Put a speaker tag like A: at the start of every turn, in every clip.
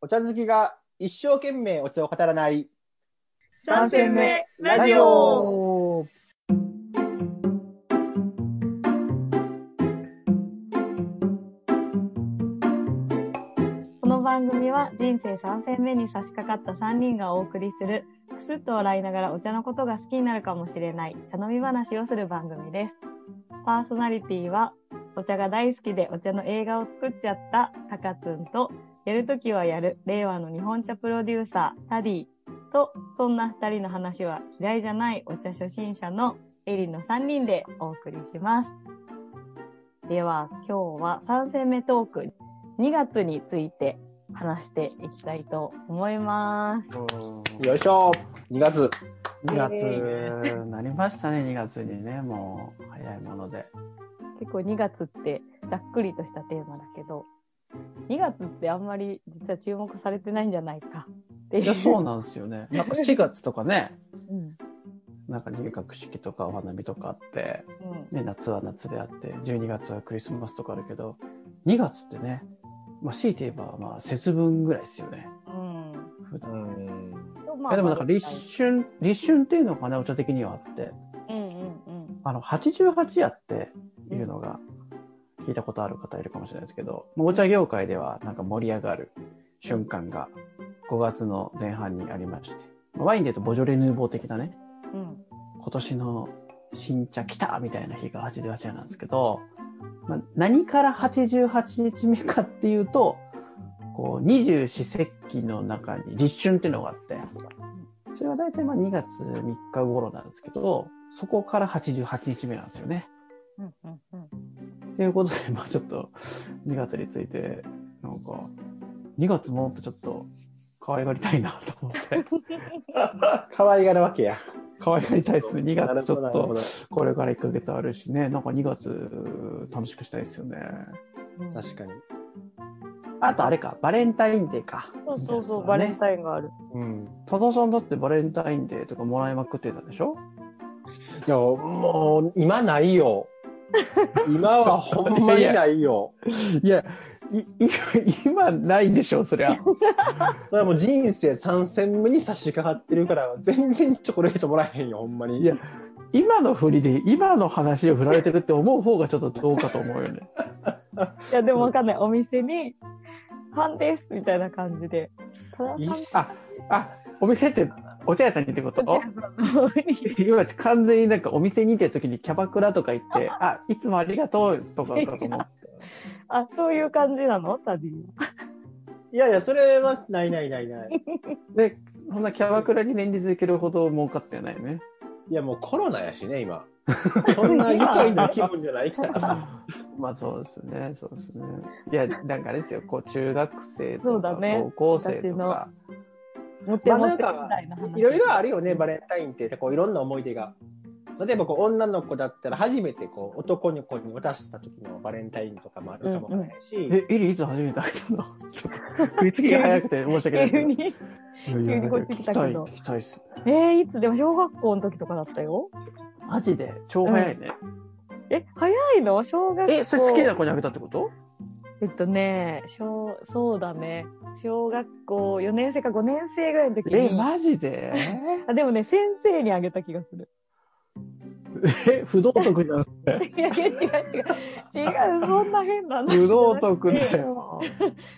A: お茶好きが一生懸命お茶を語らない。
B: 三戦目ラジオ
C: オ
D: この番組は人生3戦目に差し掛かった3人がお送りする、くすっと笑いながらお茶のことが好きになるかもしれない茶飲み話をする番組です。パーソナリティは、お茶が大好きでお茶の映画を作っちゃったタカツンと、やるときはやる令和の日本茶プロデューサータディと、そんな2人の話は嫌いじゃないお茶初心者のエリの3人でお送りします。では今日は3戦目トーク2月について話していきたいと思います。
A: よいしょ !2 月。
C: 2月になりましたね、2月にね、もう早いもので。
D: 結構2月ってざっくりとしたテーマだけど、2月ってあんまり実は注目されてないんじゃないかって
C: い
D: い
C: や、
D: う。
C: そうなんですよね。なんか4月とかね、
D: うん
C: なんか入学式とかお花見とかあって、
D: うん
C: ね、夏は夏であって、12月はクリスマスとかあるけど、2月ってね、まあ、強いて言えば、まあ、節分ぐらいですよね。
D: うん
C: 普段。
A: ん。
D: と
C: い
D: まあ
C: やでもなんか立春、立春っていうのかな、お茶的にはあって、
D: うんうんうん
C: あの、88夜っていうのが、聞いたことある方いるかもしれないですけど、まあお茶業界ではなんか盛り上がる瞬間が5月の前半にありまして、まあワインで言うとボジョレ・ヌーボー的なね、
D: うん
C: 今年の新茶来たみたいな日が88夜なんですけど、まあ、何から88日目かっていうと、こう、二十四節気の中に立春っていうのがあって、それは大体まあ2月3日頃なんですけど、そこから88日目なんですよね。
D: うんうんうん
C: ということで、まあちょっと2月について、なんか、2月もっとちょっと可愛がりたいなと思って、
A: 可愛がるわけや。
C: 可愛がりたいですね。2
A: なる
C: 月ち
A: ほど
C: ょっ
A: なる
C: と
A: ほど。
C: これから1ヶ月あるしね、なんか2月楽しくしたいですよね。
D: うん
A: 確かに。
C: あとあれか、バレンタインデーか。
D: そうそうそう、
C: 2月
D: バ
C: はね
D: レンタインがある。
A: うん。
C: 多田さんだってバレンタインデーとかもらいまくってたでしょ
A: いや、もう、今ない よ。今はほんまにないよ。
C: いや、い、い今ないでしょ、そ りゃ。
A: それはもう人生3戦目に差し掛かってるから、全然チョコレートもらえへんよ、ほんまに。
C: いや今の振りで、今の話を振られてるって思う方がちょっとどうかと思うよね。
D: いや、でもわかんない。お店に、ファンですみたいな感じで。ただ
A: いいっす
C: あ、あ、お店って、お茶屋さんにってこと
D: ファンです
C: 今完全になんかお店に行ってる時にキャバクラとか行 って、あ、いつもありがとうとかだと思って。
D: あ、そういう感じなのタディ。
A: いやいや、それはないないないない。
C: で、そんなキャバクラに連日行けるほど儲かってないよね。
A: いや、もうコロナやしね、 今。そんな愉快な気分じゃないからさ。
C: まあそうですね、そうですね。いや、なんかあれですよ、こう中学生
D: そ
C: と
D: う
C: か
D: だね
C: 高校生とか、
D: 持って
A: ま
D: 持
A: あな
D: っ
A: ん
D: て
A: か
D: みたいな話。
A: いろいろあるよね、バレンタインって、こういろんな思い出が。例えばこう女の子だったら初めてこう男の子に渡した時のバレンタインとかもあるかもしれないし、
C: え、エリいつ初めて会ったのちょっと食いつきが早くて申し訳ないけ
D: 急
C: ど。
D: に。
C: いやい
D: 急
C: や
D: にこっち来たけど
C: 聞きたい、聞きたいっす。
D: えー、いつでも小学校の時とかだったよ。
C: マジで、超早いね。
D: え、早いの小学校。
C: え、それ好きな子にあげたってこと
D: えっとね、小、そうだね。小学校4年生か5年生ぐらいの時
C: え、
D: に。
C: マジ で
D: あでもね、先生にあげた気がする。
C: え、不道徳じゃん。
D: いやいや、違う違う。違う、そんな変な話じゃなくて。
C: 不道徳だよ。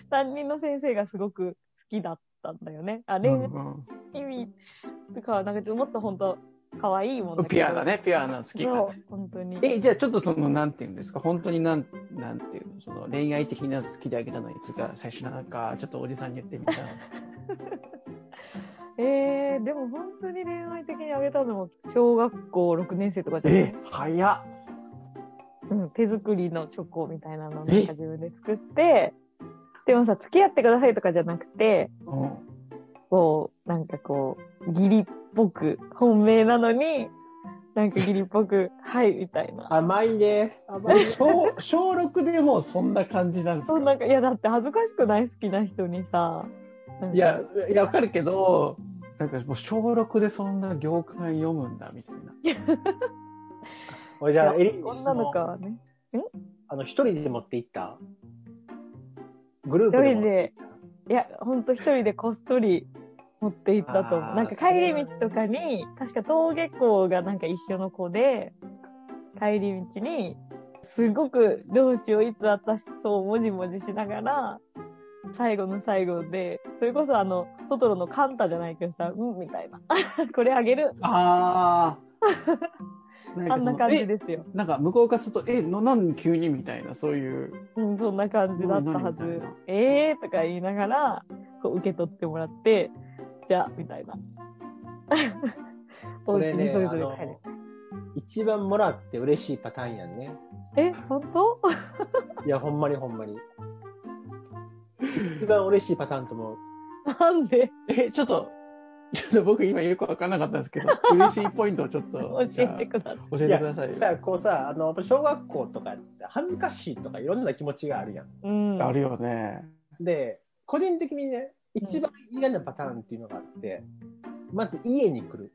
D: 担任の先生がすごく好きだったんだよね。あ、
C: う
D: 恋
C: ん
D: 愛
C: う
D: 意味とかはなんかもっと本当可愛いもんだ
C: ん
D: けど。
C: ピュアだ。ね、ピュアな好きが
D: そ。う、本当に。
C: え、じゃあちょっとその、なんていうんですか、本当になん、なんていうの、その恋愛的な好きであげたのいつか最初なんか、ちょっとおじさんに言ってみた。
D: えー、でも本当に恋愛的にあげたのも小学校6年生とかじゃない
C: え、早っ。
D: うん、手作りのチョコみたいなのをなんか自分で作って、でもさ、付き合ってくださいとかじゃなくて、
C: うん。
D: こう、なんかこう、義理っぽく、本命なのに、なんか義理っぽく、 はい、みたいな。
A: 甘いね甘いね
C: 小、小6でもうそんな感じなんです
D: そ
C: か
D: んな、いやだって恥ずかしくない好きな人にさ、なんか
C: いや、いや、わかるけど、なんかもう小6でそんな行間読むんだ、みたいな。
A: 俺じゃあエリック
D: 女の子はね、
A: あの一人で持って行ったグループ
D: 一
A: で
D: 人
A: 持って行っ
D: でいや、ほんと一人でこっそり持って行ったと思
A: あ
D: う。
A: ー
D: なんか帰り道とかに、確か登下校がなんか一緒の子で、帰り道に、すごくどうしよう、いつ私そうもじもじしながら、最後の最後で、それこそあの、トトロのカンタじゃないけどさ、うん、みたいな。 これあげる。
C: ああ。
D: あんな感じ
C: で。
D: ですよ。
C: えなんか向こうからすると、え、な、なん急にみたいな、そういう。
D: うん、そんな感じだったは
C: 何々み
D: ず
C: たいな。
D: ええー、とか言いながら、こう受け取ってもらって、じゃあ、みたいな。お
A: こ
D: 家
A: れ
D: に
A: ね、
D: それ
A: あ
D: ぞれ帰る
A: の。、一番もらって嬉しいパターンやんね。
D: え、本当
A: いや、ほんまにほんまに。一番嬉しいパターンと思う。
D: なんで
C: え、ちょっと、ちょっと僕今よくわかんなかったんですけど、嬉しいポイントをち ょっと
D: 教えてください。
C: 教えてくださいよ。
A: さ、こうさ、あの、小学校とか、恥ずかしいとかいろんな気持ちがあるやん。
D: うん。
C: あるよね。
A: で、個人的にね、一番嫌なパターンっていうのがあって、まず家に来る。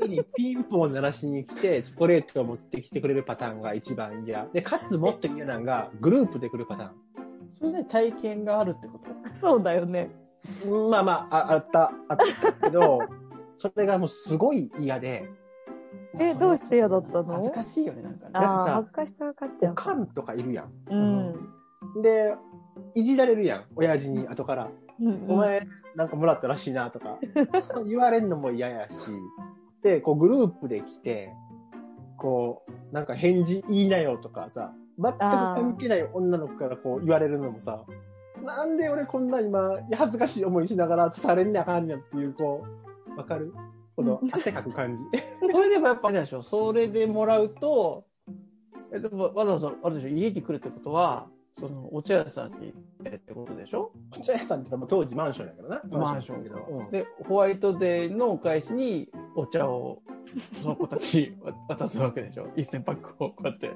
A: 家にピンポン鳴らしに来て、チョコレートを持ってきてくれるパターンが一番嫌。で、かつもっと嫌なのが、グループで来るパタ
C: それで体験があるってこと
D: そうだよね。
A: ーン。まあまあ、ああった、あったけど、それがもうすごい嫌で、
D: えどうして嫌だったの
C: 恥ずかしいよね、なんか
D: あ
C: ね。
A: なんか
D: あ
A: さ
D: ー、恥ずかしさが勝っちゃ
A: お
D: う。
A: かんとかいるやん。
D: うん。
A: で、いじられるやん、親父に後から。
D: うん
A: お、前、なんかもらったらしいなとか、言われんのも嫌やし、で、こうグループで来て、こう、なんか返事言いなよとかさ、全く関係ない女の子からこう言われるのもさ、なんで俺こんな今、恥ずかしい思いしながら刺されんなあかんねんっていう、こう、わかるこの汗かく感じ。
C: それでもやっぱあれなんでしょそれでもらうと、えでもわざわざ、あれでしょ家に来るってことは、その、お茶屋さんに行ってってことでしょ
A: お茶屋さんってのはもう当時マンションやからな。
C: マンション
A: や
C: か
A: けど。うん
C: で、ホワイトデーのお返しにお茶を、その子たちにわ 渡すわけでしょ一0パックをこうやって。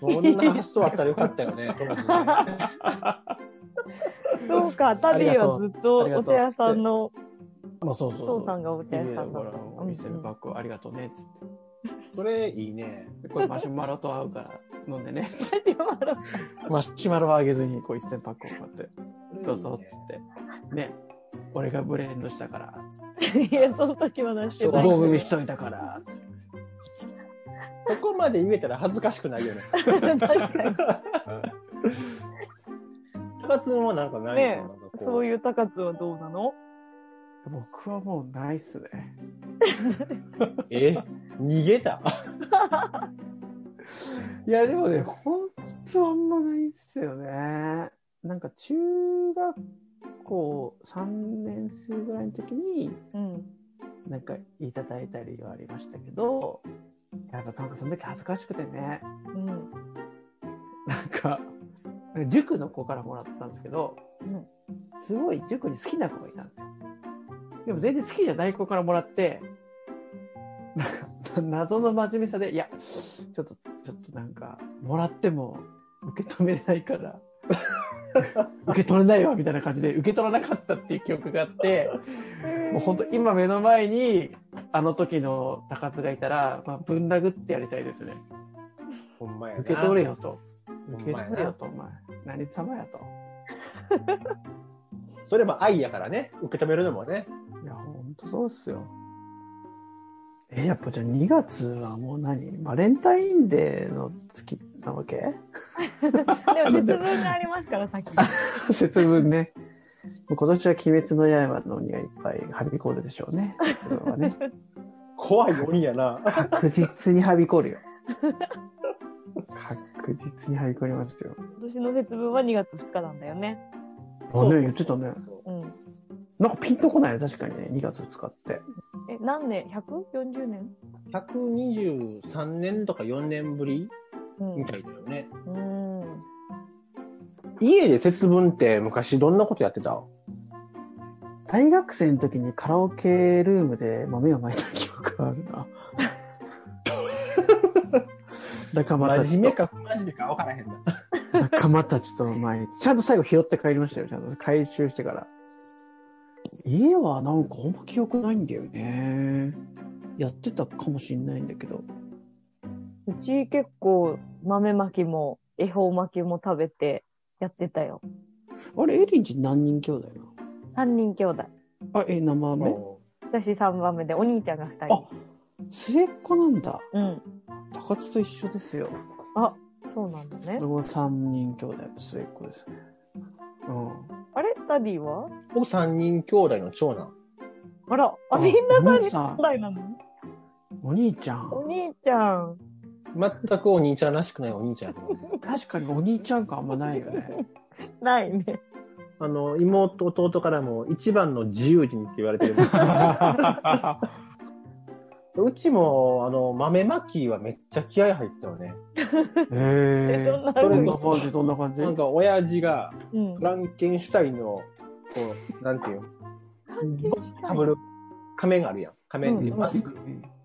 A: そんな発想あったらよかったよ ね、当時ね
D: そうか、タディはずっと
C: ありが
D: お
C: と
D: 茶
C: う
D: 屋さんの、
C: まあそうそう
D: お
C: そう。
D: 父さんがお茶屋さんだっ
C: ほら
D: た。
C: お店のバッグをありがとうねっつっ
A: それいいね。
C: て。これマシュマロと合うから飲んでねっつって。
D: 今の
C: マシュマロはあげずにこう1000パックを買って、どうぞっ
A: いいね
C: つって。ね。俺がブレンドしたからっつって。
D: いや、その時は出して
A: そ
D: な
A: う
D: い。
C: 大組みしといたからっつって。
A: そこまで言えたら恥ずかしくないよね。
D: 確かに。
A: 高津もなんかない
D: ね
A: のかなこ
D: そういう高津はどうなの
C: 僕はもうないっすね。
A: え逃げた
C: いや、でもね、ほんとあんまないっすよね。なんか中学校3年生ぐらいの時に、
D: うん。
C: なんかいただいたりはありましたけど、やっぱなんかその時恥ずかしくてね、
D: うん。
C: なんか、塾の子からもらったんですけど、
D: うん
C: すごい塾に好きな子がいたんですよ。でも全然好きじゃない子からもらって、なんか謎の真面目さで、いや、ちょっと、ちょっとなんか、もらっても受け止めれないから、受け取れないわみたいな感じで受け取らなかったっていう記憶があって、もう本当今目の前にあの時の高津がいたら、まあ、ぶん殴ってやりたいですね。
A: ほんまやな
C: 受け取れよと。
A: ほ
C: 受
A: ん
C: け
A: まや
C: 取れよ
A: な
C: と、お前。何様やと。
A: それも愛やからね受け止めるのもね
C: いや、ほんとそうっすよ。え、やっぱじゃあ2月はもう何バレンタインデーの月なわけ
D: でも、節分がありますから、さっき。
C: 節分ね。もう今年は鬼滅の刃の鬼がいっぱいはびこるでしょうね。節分は ね。
A: 怖い鬼やな
C: 確実にはびこるよ。確実にはびこりましたよ。
D: 今年の節分は2月2日なんだよね。
C: あね、言ってたね。
D: うん。
C: なんかピンとこないね、確かにね、2月2日って。
D: え、何年 ?140 年
A: 123年とか4年ぶり
D: う
A: みたいだよね、
D: ん。うん。
A: 家で節分って昔どんなことやってた
C: 大学生の時にカラオケルームで豆をまいた記憶があ るな。仲間た
A: 真
C: ち
A: 面目
C: と、
A: か不真面目か分からへんな
C: 仲間たちと前、ちゃんと最後拾って帰りましたよ、ちゃんと。回収してから。家はなんかあんま記憶ないんだよね。やってたかもしんないんだけど。
D: うち結構豆まきも恵方巻きも食べてやってたよ。
C: あれ、エリンち何人兄弟
D: 三人兄弟。
C: なのあ、え、名前目
D: 私3番目で、お兄ちゃんが2
C: あ
D: 人。、
C: 末っ子なんだ。
D: うん。
C: 高津と一緒ですよ。
D: あ、そうなんだね
C: 俺。も三人兄弟、末っ子ですね。うん。
D: あれダディは
A: 僕三人兄弟の長男。
D: あら、あ、
C: あ
D: みんな
C: お
D: 3
C: 兄
D: 人
C: さん
D: 兄弟なの
C: お兄ちゃん。
D: お兄ちゃん。
A: 全くお兄ちゃんらしくないお兄ちゃんやと思う。
C: 確かにお兄ちゃん感あんまないよ ね。
D: ないね。
A: あの、妹、弟からも一番の自由人って言われてる。うちも、あの、豆まきはめっちゃ気合入ったよね。
C: へえ。
D: どんな
C: どんな感じどんな感じ
A: なんか、親父が、
D: うん
A: フ。ランケンシュタインの、こう、なんていうの、かぶる、仮面あるやん。仮面で
D: うん
A: マスク。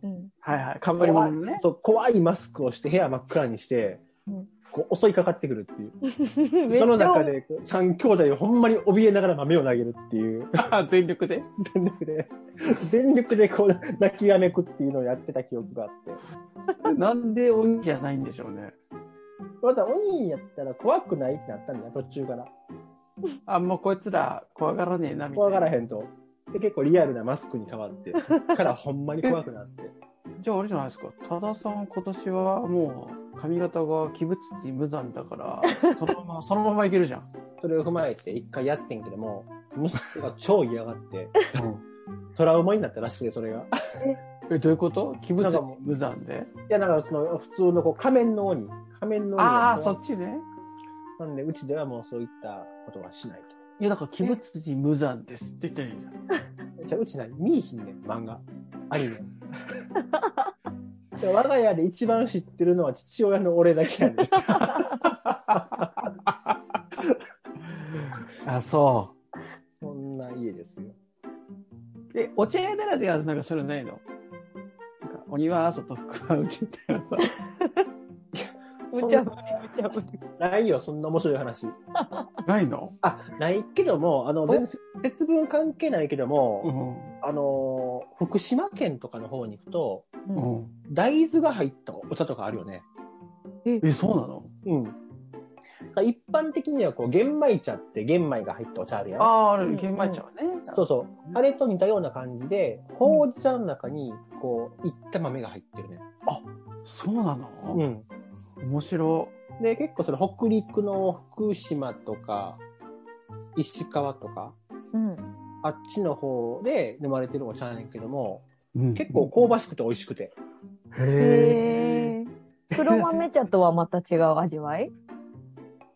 D: うん。
C: はいはい。かぶり物ね。
A: そう、怖いマスクをして、部屋真っ暗にして
D: うん、
A: こう、襲いかかってくるっていう。
D: めっ
A: その
D: ちゃ
A: 中で、こう三兄弟をほんまに怯えながら豆を投げるっていう、
C: 全力で。
A: 全力で、全力でこう、泣きやめくっていうのをやってた記憶があって。
C: なんでお兄じゃないんでしょうね。
A: また、鬼やったら怖くないってなったんだよ、途中から。
C: あんまこいつら怖がらねえなみたい
A: 怖
C: な。
A: がらへんと。で、結構リアルなマスクに変わって、そっからほんまに怖くなって。
C: じゃああれじゃないですか。多田さん今年はもう髪型が鬼物に無残 だから、そのまま、そのままいけるじゃん。
A: それを踏まえて一回やってんけども、息子が超嫌がって、トラウマになったらしくて、それが。
C: え、どういうこと鬼
A: な
C: 物
A: んか
C: に
A: も
C: 無残で。
A: いや、なんかその、普通のこう仮面の鬼。仮面の鬼
C: ああ、
A: が
C: そっちね。
A: なんで、うちではもうそういったことはしないと。
C: いや、だから鬼物に無残ですって言ってるじゃん。
A: じゃあ、うち何見いひんねん、漫画。ア ニメ。で我が家で一番知ってるのは父親の俺だけやねん。
C: あ、そ
A: そんな家ですよ。
C: う。え、お茶屋ならではのなんかそれないのなんか、鬼は外福は内みたいなさ。
D: 無茶ぶり、無茶ぶり。
A: ないよ、そんな面白い話。
C: ないの
A: あ、ないけども、あの、全然節分関係ないけど
C: う
A: も、
C: ん。
A: あのー、福島県とかの方に行くと、
C: うん。
A: 大豆が入ったお茶とかあるよね。
C: え、そうなの
A: うん。一般的にはこう、玄米茶って玄米が入ったお茶あるやん。
C: ああ、あれ、玄米茶はね。
A: そうそう。あれと似たような感じで、ほうじ茶の中に、こう、いった豆が入ってるね。
C: そうなの、
A: うん。
C: 面白
A: で、結構その北陸の福島とか、石川とか、
D: うん。
A: あっちの方で飲まれてるお茶やねんけども、
C: い。
A: 結構香ばしくて美味しくて。
C: へえ。
D: へえ。黒豆茶とはまた違う味わい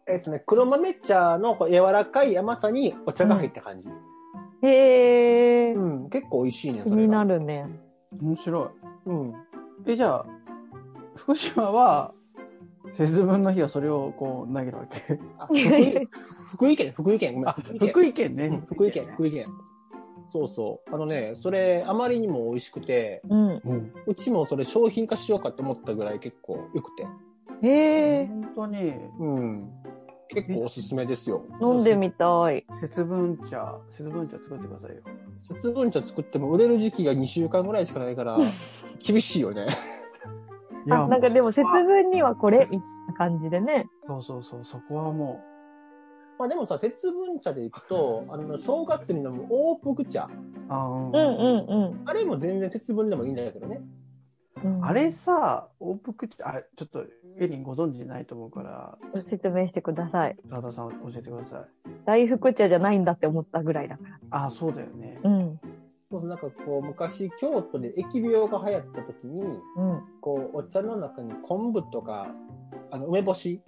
A: えっとね、黒豆茶のこう柔らかい甘さにお茶が入った感じ。
D: へえ
A: う。ん、結構美味しいね、
D: 気
A: それ
D: にな
A: が。
D: るね。
C: 面白
A: うん。
C: い。え、じゃあ、福島は、節分の日はそれをこう投げるわけ。
A: あ福井福井県、福井県、ごめん
C: あ、福井県
A: うん
C: ね。
A: 福井県、福井県。そうそう。あのね、それ、あまりにも美味しくて、
D: うん。
C: うん。
A: うちもそれ商品化しようかと思ったぐらい結構良くて。
D: へえ。
C: 本当に、
A: うん。結構おすすめですよ。
D: 飲んでみたい。
C: 節分茶、節分茶作ってくださいよ。
A: 節分茶作っても売れる時期が2週間ぐらいしかないから、厳しいよね。
C: い
D: あ、なんかで
C: も
D: も節分にはこれ、みたいな感じでね。
C: う、そうそうそう、そこはも
A: まあでもさ、節分茶でいくと、あの、正月に飲む大福茶。
C: う、あ
D: うん
C: ー
D: うん
A: あれも全然節分でもいいんだけどね。
D: うんうん。
C: あれさ、大福茶、あ、ちょっと、エリンご存知ないと思うから、
D: 説明してください。
C: 澤田さん教えてください。
D: 大福茶じゃないんだって思ったぐらいだか
C: あ、そうだよね。
D: ら。うん。
A: そうなんかこう、昔、京都で疫病が流行った時に、
D: うん。
A: こう、お茶の中に昆布とか、あの、梅干し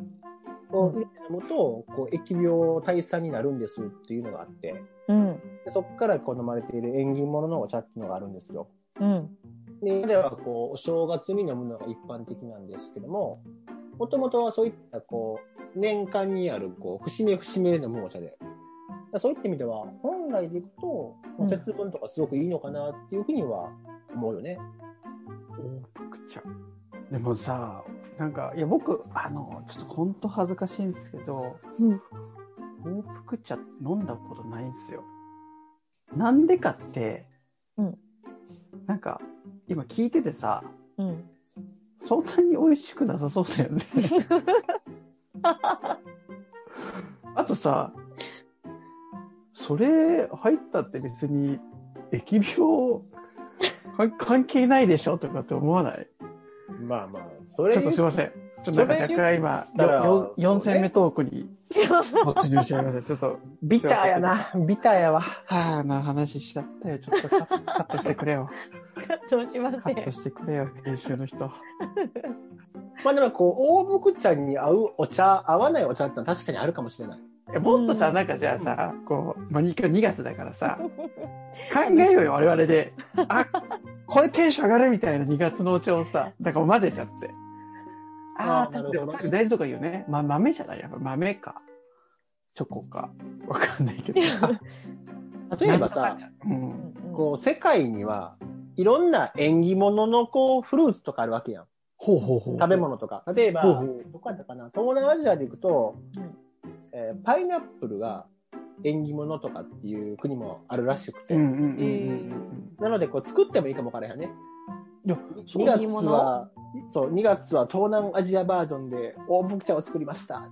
A: を入れて飲むと、こう、疫病退散になるんですっていうのがあって、
D: うん。
A: でそこからこう飲まれている縁起物のお茶っていうのがあるんですよ。
D: うん。
A: で、今ではこう、お正月に飲むのが一般的なんですけども、もともとはそういったこう、年間にあるこう、節目節目で飲むお茶で、だそういった意味では、本来でいくと
D: う、ん
A: 節分とかすごくいいのかなっていうふうには思うよね。
C: 大福茶。でもさ、なんか、いや、僕、あの、ちょっと本当恥ずかしいんですけど、
D: うん
C: 大福茶飲んだことないんですよ。なんでかって、
D: うん
C: なんか、今聞いててさ、
D: うん。
C: そんなに美味しくなさ そうだよね。あとさ、それ入ったって別に疫病か 関係ないでしょとかって思わない
A: まあまあ、それ
C: ちょっとすいません。ちょっとなんか若干今、
A: それ言ったら
C: 4戦目トークに突入しちゃいました。ちょっと、
A: ビターやな。ビターやわ。
C: はぁな話しちゃったよ。ちょっとカカットしてく れよ。
D: どうしま
C: カ
D: せ
C: ット
D: ん。
C: してくれよ、編集の人。
A: まあでもこう、大福茶に合うお茶、合わないお茶ってのは確かにあるかもしれない。
C: えもっとさ、なんかじゃあさ、こう、マニキュア2月だから さ、考えようよ、我々で。あ、これテンション上がるみたいな2月のお茶をさ、だから混ぜちゃって。あ
A: あー
C: あ、
A: な
C: で
A: るほ
C: も
A: ど
C: 大事とか言うね。ま、豆じゃないやっぱ豆か、チョコか、わかんないけど。
A: 例えばさ、、
C: うん。
A: こう、世界には、いろんな縁起物のこう、フルーツとかあるわけやん。
C: ほうほうほう。
A: 食べ物とか。例えば、
C: ほうほ
A: どこやったかな東南アジアで行くと、えーパイナップルが縁起物とかっていう国もあるらしくて。
C: うんうんうんうんう
A: なので、こう、作ってもいいかもわからへんよね。
C: いや
A: 2月は、そう、2月は東南アジアバージョンで大福茶を作りました。
C: ん。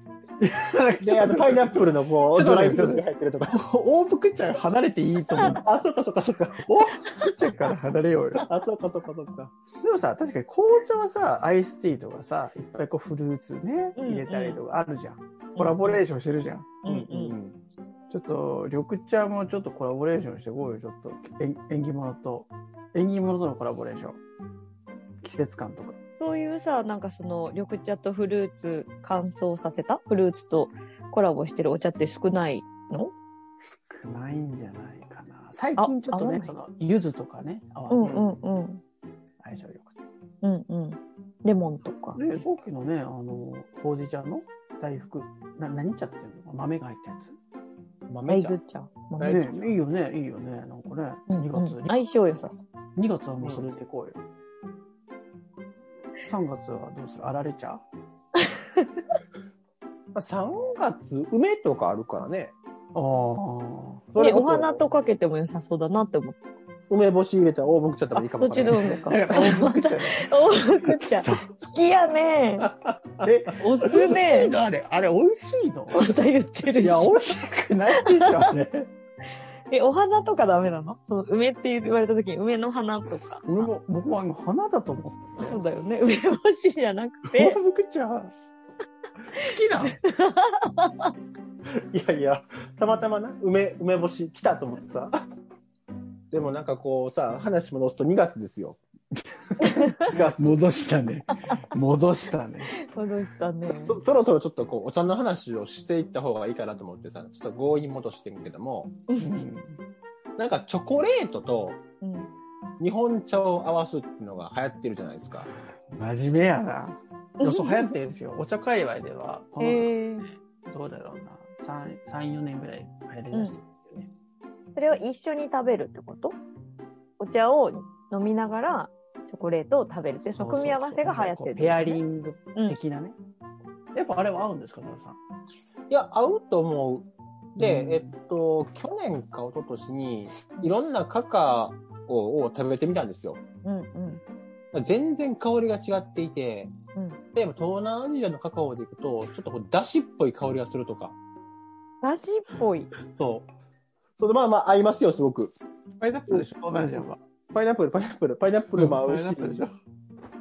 A: で、あとパイナップルのこ う、
C: ち
A: ド
C: ょっと
A: ラ
C: 待
A: イ
C: って
A: フルーツが入ってると か。
C: 大福茶離れていいと思う。
A: あ、そっかそっかそっか。
C: 大福茶から離れようよ。
A: あ、そっかそっかそっか。
C: でもさ、確かに紅茶はさ、アイスティーとかさ、いっぱいこうフルーツね、
D: うん
C: 入れたりとかあるじゃん。コラボレーションしてるじゃん。
D: うんうん
A: ん。
C: ちょっと、緑茶もちょっとコラボレーションしてこうよ、ちょっと。縁縁起物と、縁起物とのコラボレーション。季節感とか。
D: そういうさ、なんかその緑茶とフルーツ乾燥させたフルーツとコラボしてるお茶って少ないの
C: 少ないんじゃないかな。最
D: あ
C: 近ちょっと
D: 合わ
C: ね、
D: ない
C: その、柚子とかね、合わ
D: う
C: せ
D: ん
C: て
D: うんうん。
C: 相性良くて。
D: うんうん。レモンとか。
C: で、陶器のね、あの、ほうじ茶の大福、な、何茶っていうのか豆が入ったや
A: 豆
D: 大
A: 茶。
D: 豆茶。
A: 大豆
C: つ。
A: 茶
C: ね、いいよね、いいよね。なんかね、
D: うん
C: 2月
D: うん相性良さそう。
C: 2月はもうそれでいこうよ。3月はどうするあられ茶
A: まあ3月、梅とかあるからね。
C: ああ。
A: それ
D: ね、
A: こ
D: お
A: そ
D: 花とかけても良さそうだなって思った。
A: 梅干し入れたら大福茶でもいいか
D: あ、
A: も
D: そ
A: わ
D: っ
A: からへ
D: ち
A: ん
D: の海か。
C: だから大福茶
D: お福茶。好きやね。
C: え、
D: おすすめ。
C: あれ、あれ美味しいの
D: また言ってる
C: い
D: し
C: や、。美味しくないで しょ、あれ。
D: え、お花とかダメなのその梅って言われた時に梅の花とか。
C: 俺も、僕も今花だと思って。
D: そうだよね。梅干しじゃなく
C: 大
D: て。
C: 福茶。好きなの
A: いやいや、たまたまな、梅、梅干し来たと思ってさ。でもなんかこうさ、話戻すと2月ですよ。2月
C: 戻したね。戻したね。
D: 戻したね。
A: そそろそろちょっとこう、お茶の話をしていった方がいいかなと思ってさ、ちょっと強引に戻してんけども、
C: うん
A: なんかチョコレートと
D: うん。
A: 日本茶を合わすっていうのが流行ってるじゃないですか。
C: 真面目やな。でもそう流行ってるんですよ。お茶界隈では、こ
D: へ
C: の、
D: え。
C: どうだろうな。3、3 4年ぐらい流行りだしてるよね。
D: それを一緒に食べるってことお茶を飲みながらチョコレートを食べるって、その組み合わせが流行ってる、
C: ペア
D: グ。
C: リング的なね。やっぱあれは合うんですか、田中さん。
A: いや、合うと思う。で、
C: うん
A: えっと、去年か一昨年に、いろんなカカオを食べてみたんですよ。
D: うんうん。
A: 全然香りが違っていて、
D: うん
A: でも東南アジアのカカオでいくと、ちょっとこう、だしっぽい香りがするとか。
D: ラジっぽい。
A: そう。そうまあまあ合いますよ、すごく。
C: パイナップルでしょ同じやんか。
A: パイナップル、パイナップル、パイナップルも合うし、
C: パイナップルでしょ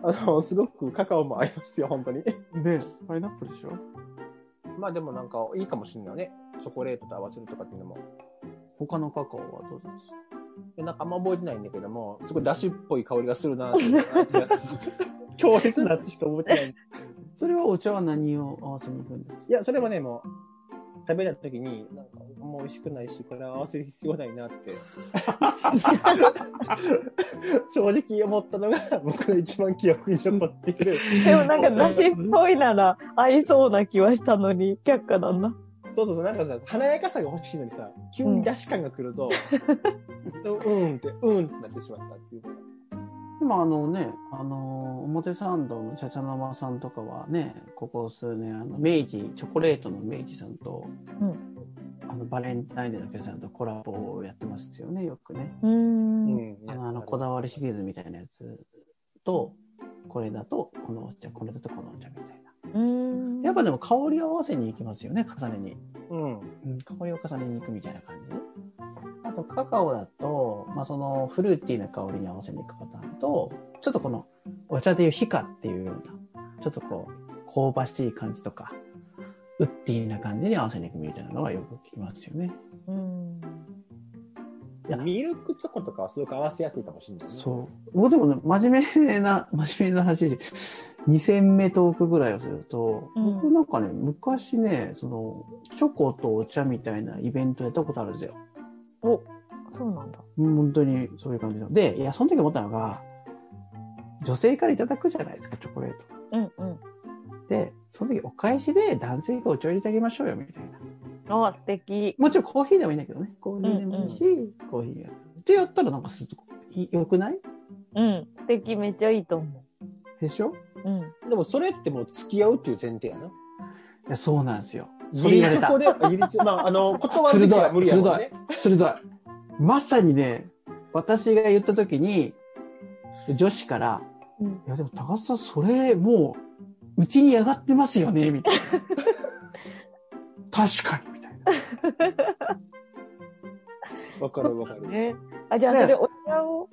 A: あの、すごくカカオも合いますよ、本 当に。
C: ねパイナップルでしょ
A: まあでもなんかいいかもしれないね。チョコレートと合わせるとかっていうのも。
C: 他のカカオはどうですか
A: でなんかあんま覚えてないんだけども、すごいだしっぽい香りがするなっていう感じ が強烈なやつしか覚えてない。い
C: それはお茶は何を合わせに行くんですか
A: や、それはね、もう、食べた時に、なんか、もう美味しくないし、これは合わせる必要ないな って。正直思ったのが、 僕の一番記憶に残っている。
D: でもなんかラジっぽいなら合いそうな気はしたのに、却下なんだ。
A: そうそうそう、なんかさ、華やかさが欲しいのにさ、急に出し感が来ると、うん、うんって、うんってなってしまったっていう。
C: 今あのね、あのー、表参道の茶々ママさんとかはね、ここ数年、あの、明治、チョコレートの明治さんと、
D: うん
C: あの、バレンタインデーのケさんとコラボをやってますよね、よくね。
D: うーん。
A: ん
C: あの、あのこだわりシリーズみたいなやつと、これだとこのお茶、これだとこのお茶みたいな。
D: うーん。
C: やっぱでも香りを合わせに行きますよね、重ねに。
A: うん。
C: うん、香りを重ねに行くみたいな感じとカカオだと、まあ、そのフルーティーな香りに合わせていくパターンと、ちょっとこのお茶でいうヒカっていうような、ちょっとこう、香ばしい感じとか、ウッディーな感じに合わせていくみたいなのはよく聞きますよね。
D: うん。
C: いや
A: ミルクチョコとかはすごく合わせやすいかもしれない、ね。
C: そう。僕でもね、真面目な、 真面目な話、2戦目トークぐらいをすると、
D: うん
C: 僕なんかね、昔ね、その、チョコとお茶みたいなイベントやったことあるんですよ。
D: お、そうなんだ。
C: うん本当にそういう感じの。で、いや、その時思ったのが、女性からいただくじゃないですか、チョコレート。
D: うんうん。
C: で、その時お返しで男性がお茶を入れてあげましょうよ、みたいな。
D: お、素敵。
C: もちろんコーヒーでもいいんだけどね。コーヒーでもいいし、コーヒーやってやったらなんかすごい良くない
D: うん。素敵、めっちゃいいと思
C: でしょ
D: う。うん。
A: でもそれってもう付き合うっていう前提やな。
C: いや、そうなんですよ。そ
A: ギ
C: れ
A: リ
C: やれ
A: チ
C: た
A: ョコで、ギリチョコ、まあ、あ の、断る時は無理やもんね。
C: 鋭い。まさにね、私が言った時に、女子から、
D: うん
C: いやでも高須さん、それもう、うちに上がってますよね、みたいな。確かに、みたいな。
A: わかるわかる。
D: ね。あ、じゃあ、
C: ね
D: それお茶を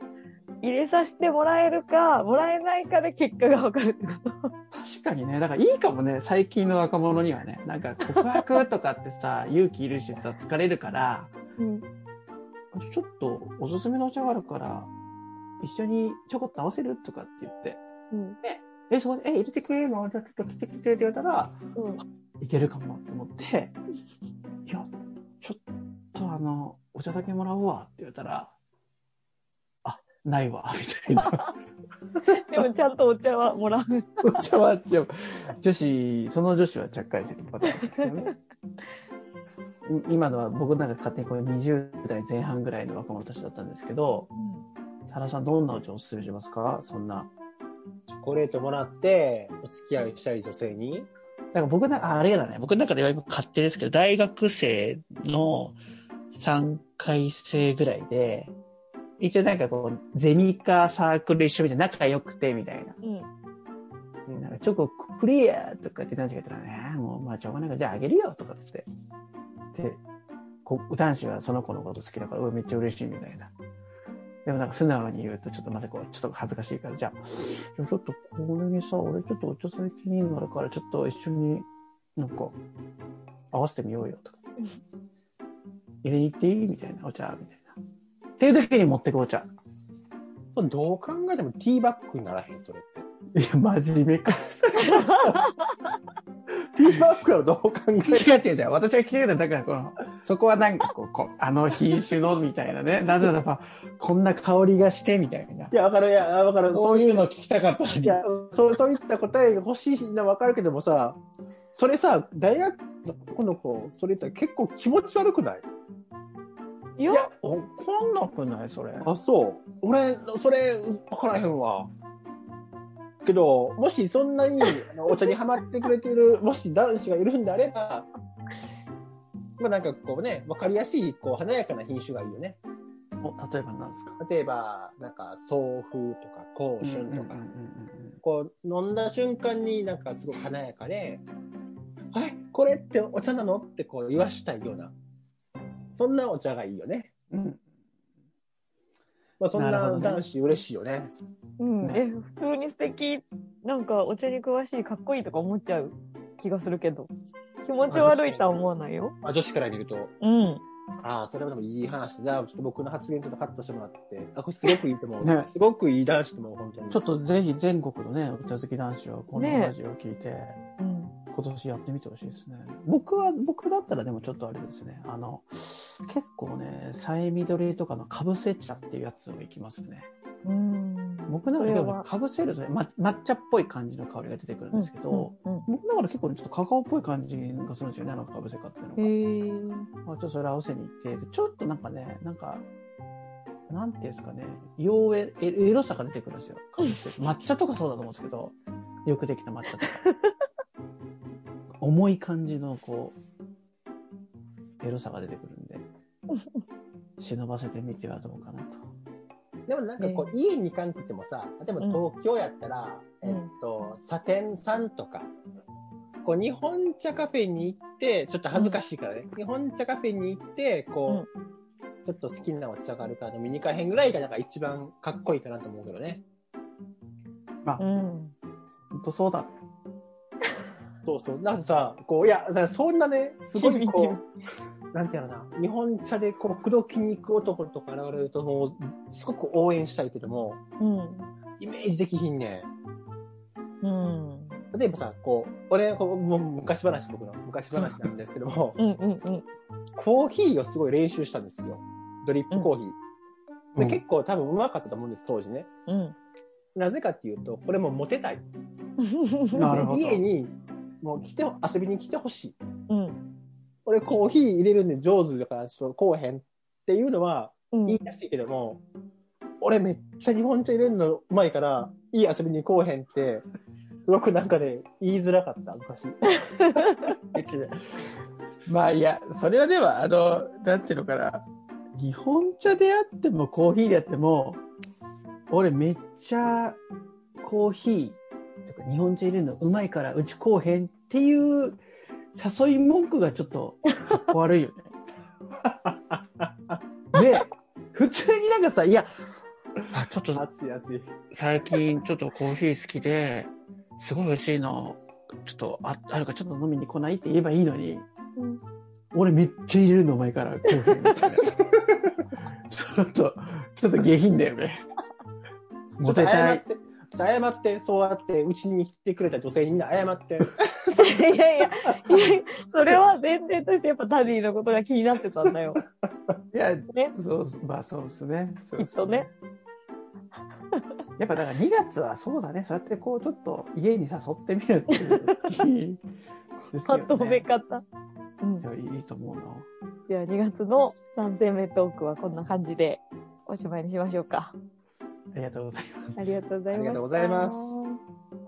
D: 入れさせてもらえるか、もらえないかで結果がわかるってこと。
C: 確かにね、だからいいかもね、最近の若者にはね。なんか告白とかってさ、勇気いるしさ、疲れるから、
D: うん。
C: ちょっとおすすめのお茶があるから、一緒にちょこっと合わせるとかって言って、
D: うん。
C: え、そこで、え、入れてくれるのじゃあちょっと来て来てって言われたら、
D: うん。
C: いけるかもと思って、いや、ちょっとあの、お茶だけもらうわって言ったら、あ、ないわ、みたいな。
D: でも、ちゃんとお茶はもらう。
C: お茶は、でも女子、その女子はちゃっかりしてるパターンですよね。い今のは僕なんか勝手にこれ20代前半ぐらいの若者たちだったんですけど、原さんどんなお茶をおすすめしますかそんな。
A: チョコレートもらって、お付き合いしたい女性に。
C: だから僕な、ああれだね。僕の中では今勝手ですけど、大学生の3回生ぐらいで、一応なんかこう、ゼミかサークル一緒みたいな仲良くてみたいな。
D: うん。
C: なんかチョコくれやとかって男子が言ったらね、もうまあしょうがないからじゃああげるよとかっつって。で、こ男子はその子のこと好きだから、うわめっちゃ嬉しいみたいな。でもなんか素直に言うとちょっとまずこう、ちょっと恥ずかしいから、じゃあ、いやちょっとこれにさ、俺ちょっとお茶最気になるから、ちょっと一緒になんか合わせてみようよとか。入れに行っていいみたいな、お茶、みたいな。っていう時に持ってくお茶。
A: それどう考えてもティーバッグにならへん、それって。
C: いや、真面目か。
A: ティーバッグはどう考え ても。
C: 違う違う違う。私が聞いてた、だからこの、そこはなんかこう、こうあの品種のみたいなね。なぜならば、こんな香りがしてみたいな。
A: いや、わかる、いや、わかる。
C: そういうの聞きたかったの
A: い
C: に。
A: や、そう、そういった答えが欲しいのはわかるけどもさ、それさ、大学のこの子、それ言ったら結構気持ち悪くない
D: いや、
C: 怒んなくないそれ。
A: あ、そう。俺、それ、わからへんわ。けど、もしそんなにあのお茶にハマってくれてる、もし男子がいるんであれば、まあなんかこうね、わかりやすい、こう、華やかな品種がいいよね。
C: お例えば何ですか
A: 例えば、なんか、送風とか、香春とか、
C: うんうんうん
A: こう、飲んだ瞬間になんかすごく華やかで、はい、これってお茶なのってこう言わしたいような、そんなお茶がいいよね。
C: うんうん。
A: まあそん
C: なるほ
A: な
C: どね
A: 男子嬉しいよね。
D: うん。え、普通に素敵。なんか、お茶に詳しい、かっこいいとか思っちゃう気がするけど。気持ち悪いとは思わないよ。
A: まあ女子から見ると、
D: うん。
A: ああ、それはでもいい話だ。ちょっと僕の発言ちょっとカットしてもらって。あ、これすごくいいと思う。
C: ね
A: すごくいい男子と思う、本当に。
C: ちょっとぜひ全国のね、お茶好き男子はこの
D: ねえ
C: ラジオを聞いて、
D: うん。
C: 今年やってみてほしいですね。僕は、僕だったらでもちょっとあれですね。あの、結構ね、サイミドリとかのかぶせ茶っていうやつをいきますね。
D: うん。
C: 僕の中
D: こ
C: で
D: れは
C: はかぶせるとね、ま、抹茶っぽい感じの香りが出てくるんですけど、
D: うんうん
C: 僕の中で結構ねちょっとカカオっぽい感じがするんですよね、あのかぶせかっていう
D: へ
C: のが。
D: ー
C: まあ、ちょっとそれ合わせに行って、ちょっとなんかね、なんか、なんていうんですかね、妖艶、エエロさが出てくるんですよ。かぶせ抹茶とかそうだと思うんですけど、よくできた抹茶 とか。重い感じの、こう、エロさが出てくる んで、忍ばせてみてはどうかなと。
A: でもなんかこう、家に行かんくてもさ、例えば東京やったら、
D: うん
A: えっと、サテンさんとか、こう、日本茶カフェに行って、ちょっと恥ずかしいからね、日本茶カフェに行って、こう、ちょっと好きなお茶があるから飲みに行かへんぐらいがなんか一番かっこいいかなと思うけどね。
D: うん。
C: 本当そうだ。
A: そうそう。なんかさ、こう、いや、だからそんなね、すごい
D: しみ
A: こ
D: じ
A: う、なんていうのかな、日本茶でこう、口説きに行く男とか現れるともう、すごく応援したいけども、
D: うん。
A: イメージできひんね
D: うん。
A: ん。例えばさ、こう、俺、こうもう昔話、僕の昔話なんですけど も、
D: うんうんうん。
A: コーヒーをすごい練習したんですよ。ドリップコーヒー。
C: う
A: で
C: ん
A: 結構多分うまかったと思うんです、当時ね。
D: うん。
A: なぜかっていうと、これもモテたい。
C: なるほど
A: 家に、もう来て、遊びに来てほしい。
D: うん。
A: 俺コーヒー入れるんで上手だからちょっとこうへんっていうのは
D: うん。
A: 言いやすいけども、俺めっちゃ日本茶入れるのうまいから、いい遊びにこうへんって、すごくなんかね、言いづらかった、昔。
C: まあいや、それはでは、あの、なんていうのかな。日本茶であってもコーヒーであっても、俺めっちゃコーヒーとか日本茶入れるのうまいからうちこうへんっていう誘い文句がちょっとかっこ悪いよ ね。ね普通になんかさ、いや、あちょっと
A: 熱い熱い。
C: 最近ちょっとコーヒー好きで、すごい美味しいの、ちょっとああるからちょっと飲みに来ないって言えばいいのに、
D: うん
C: 俺めっちゃ入れるの前からコーヒーみたいなちょっと、ちょっと下品だよね。モテたい。
A: ちょっと謝って、謝って、そうやって、うちに来てくれた女性にみんな謝って。
D: いやいや、それは前提としてやっぱタディのことが気になってたんだよ。
C: いや、
D: ね。
C: そう、まあそうですね。そ
D: き
C: う
D: っとね。
C: やっぱだから2月はそうだね。そうやってこう、ちょっと家に誘ってみるっていう 月です
D: パ
C: よ
D: ッと褒め
C: ね。
D: 方。うん。
C: いやいいと思うな。
D: では2月の3戦目トークはこんな感じでおしまいにしましょうか。
C: ありがとうございます。
D: ありがとうござい
A: あ
D: ます。
A: りがとうございます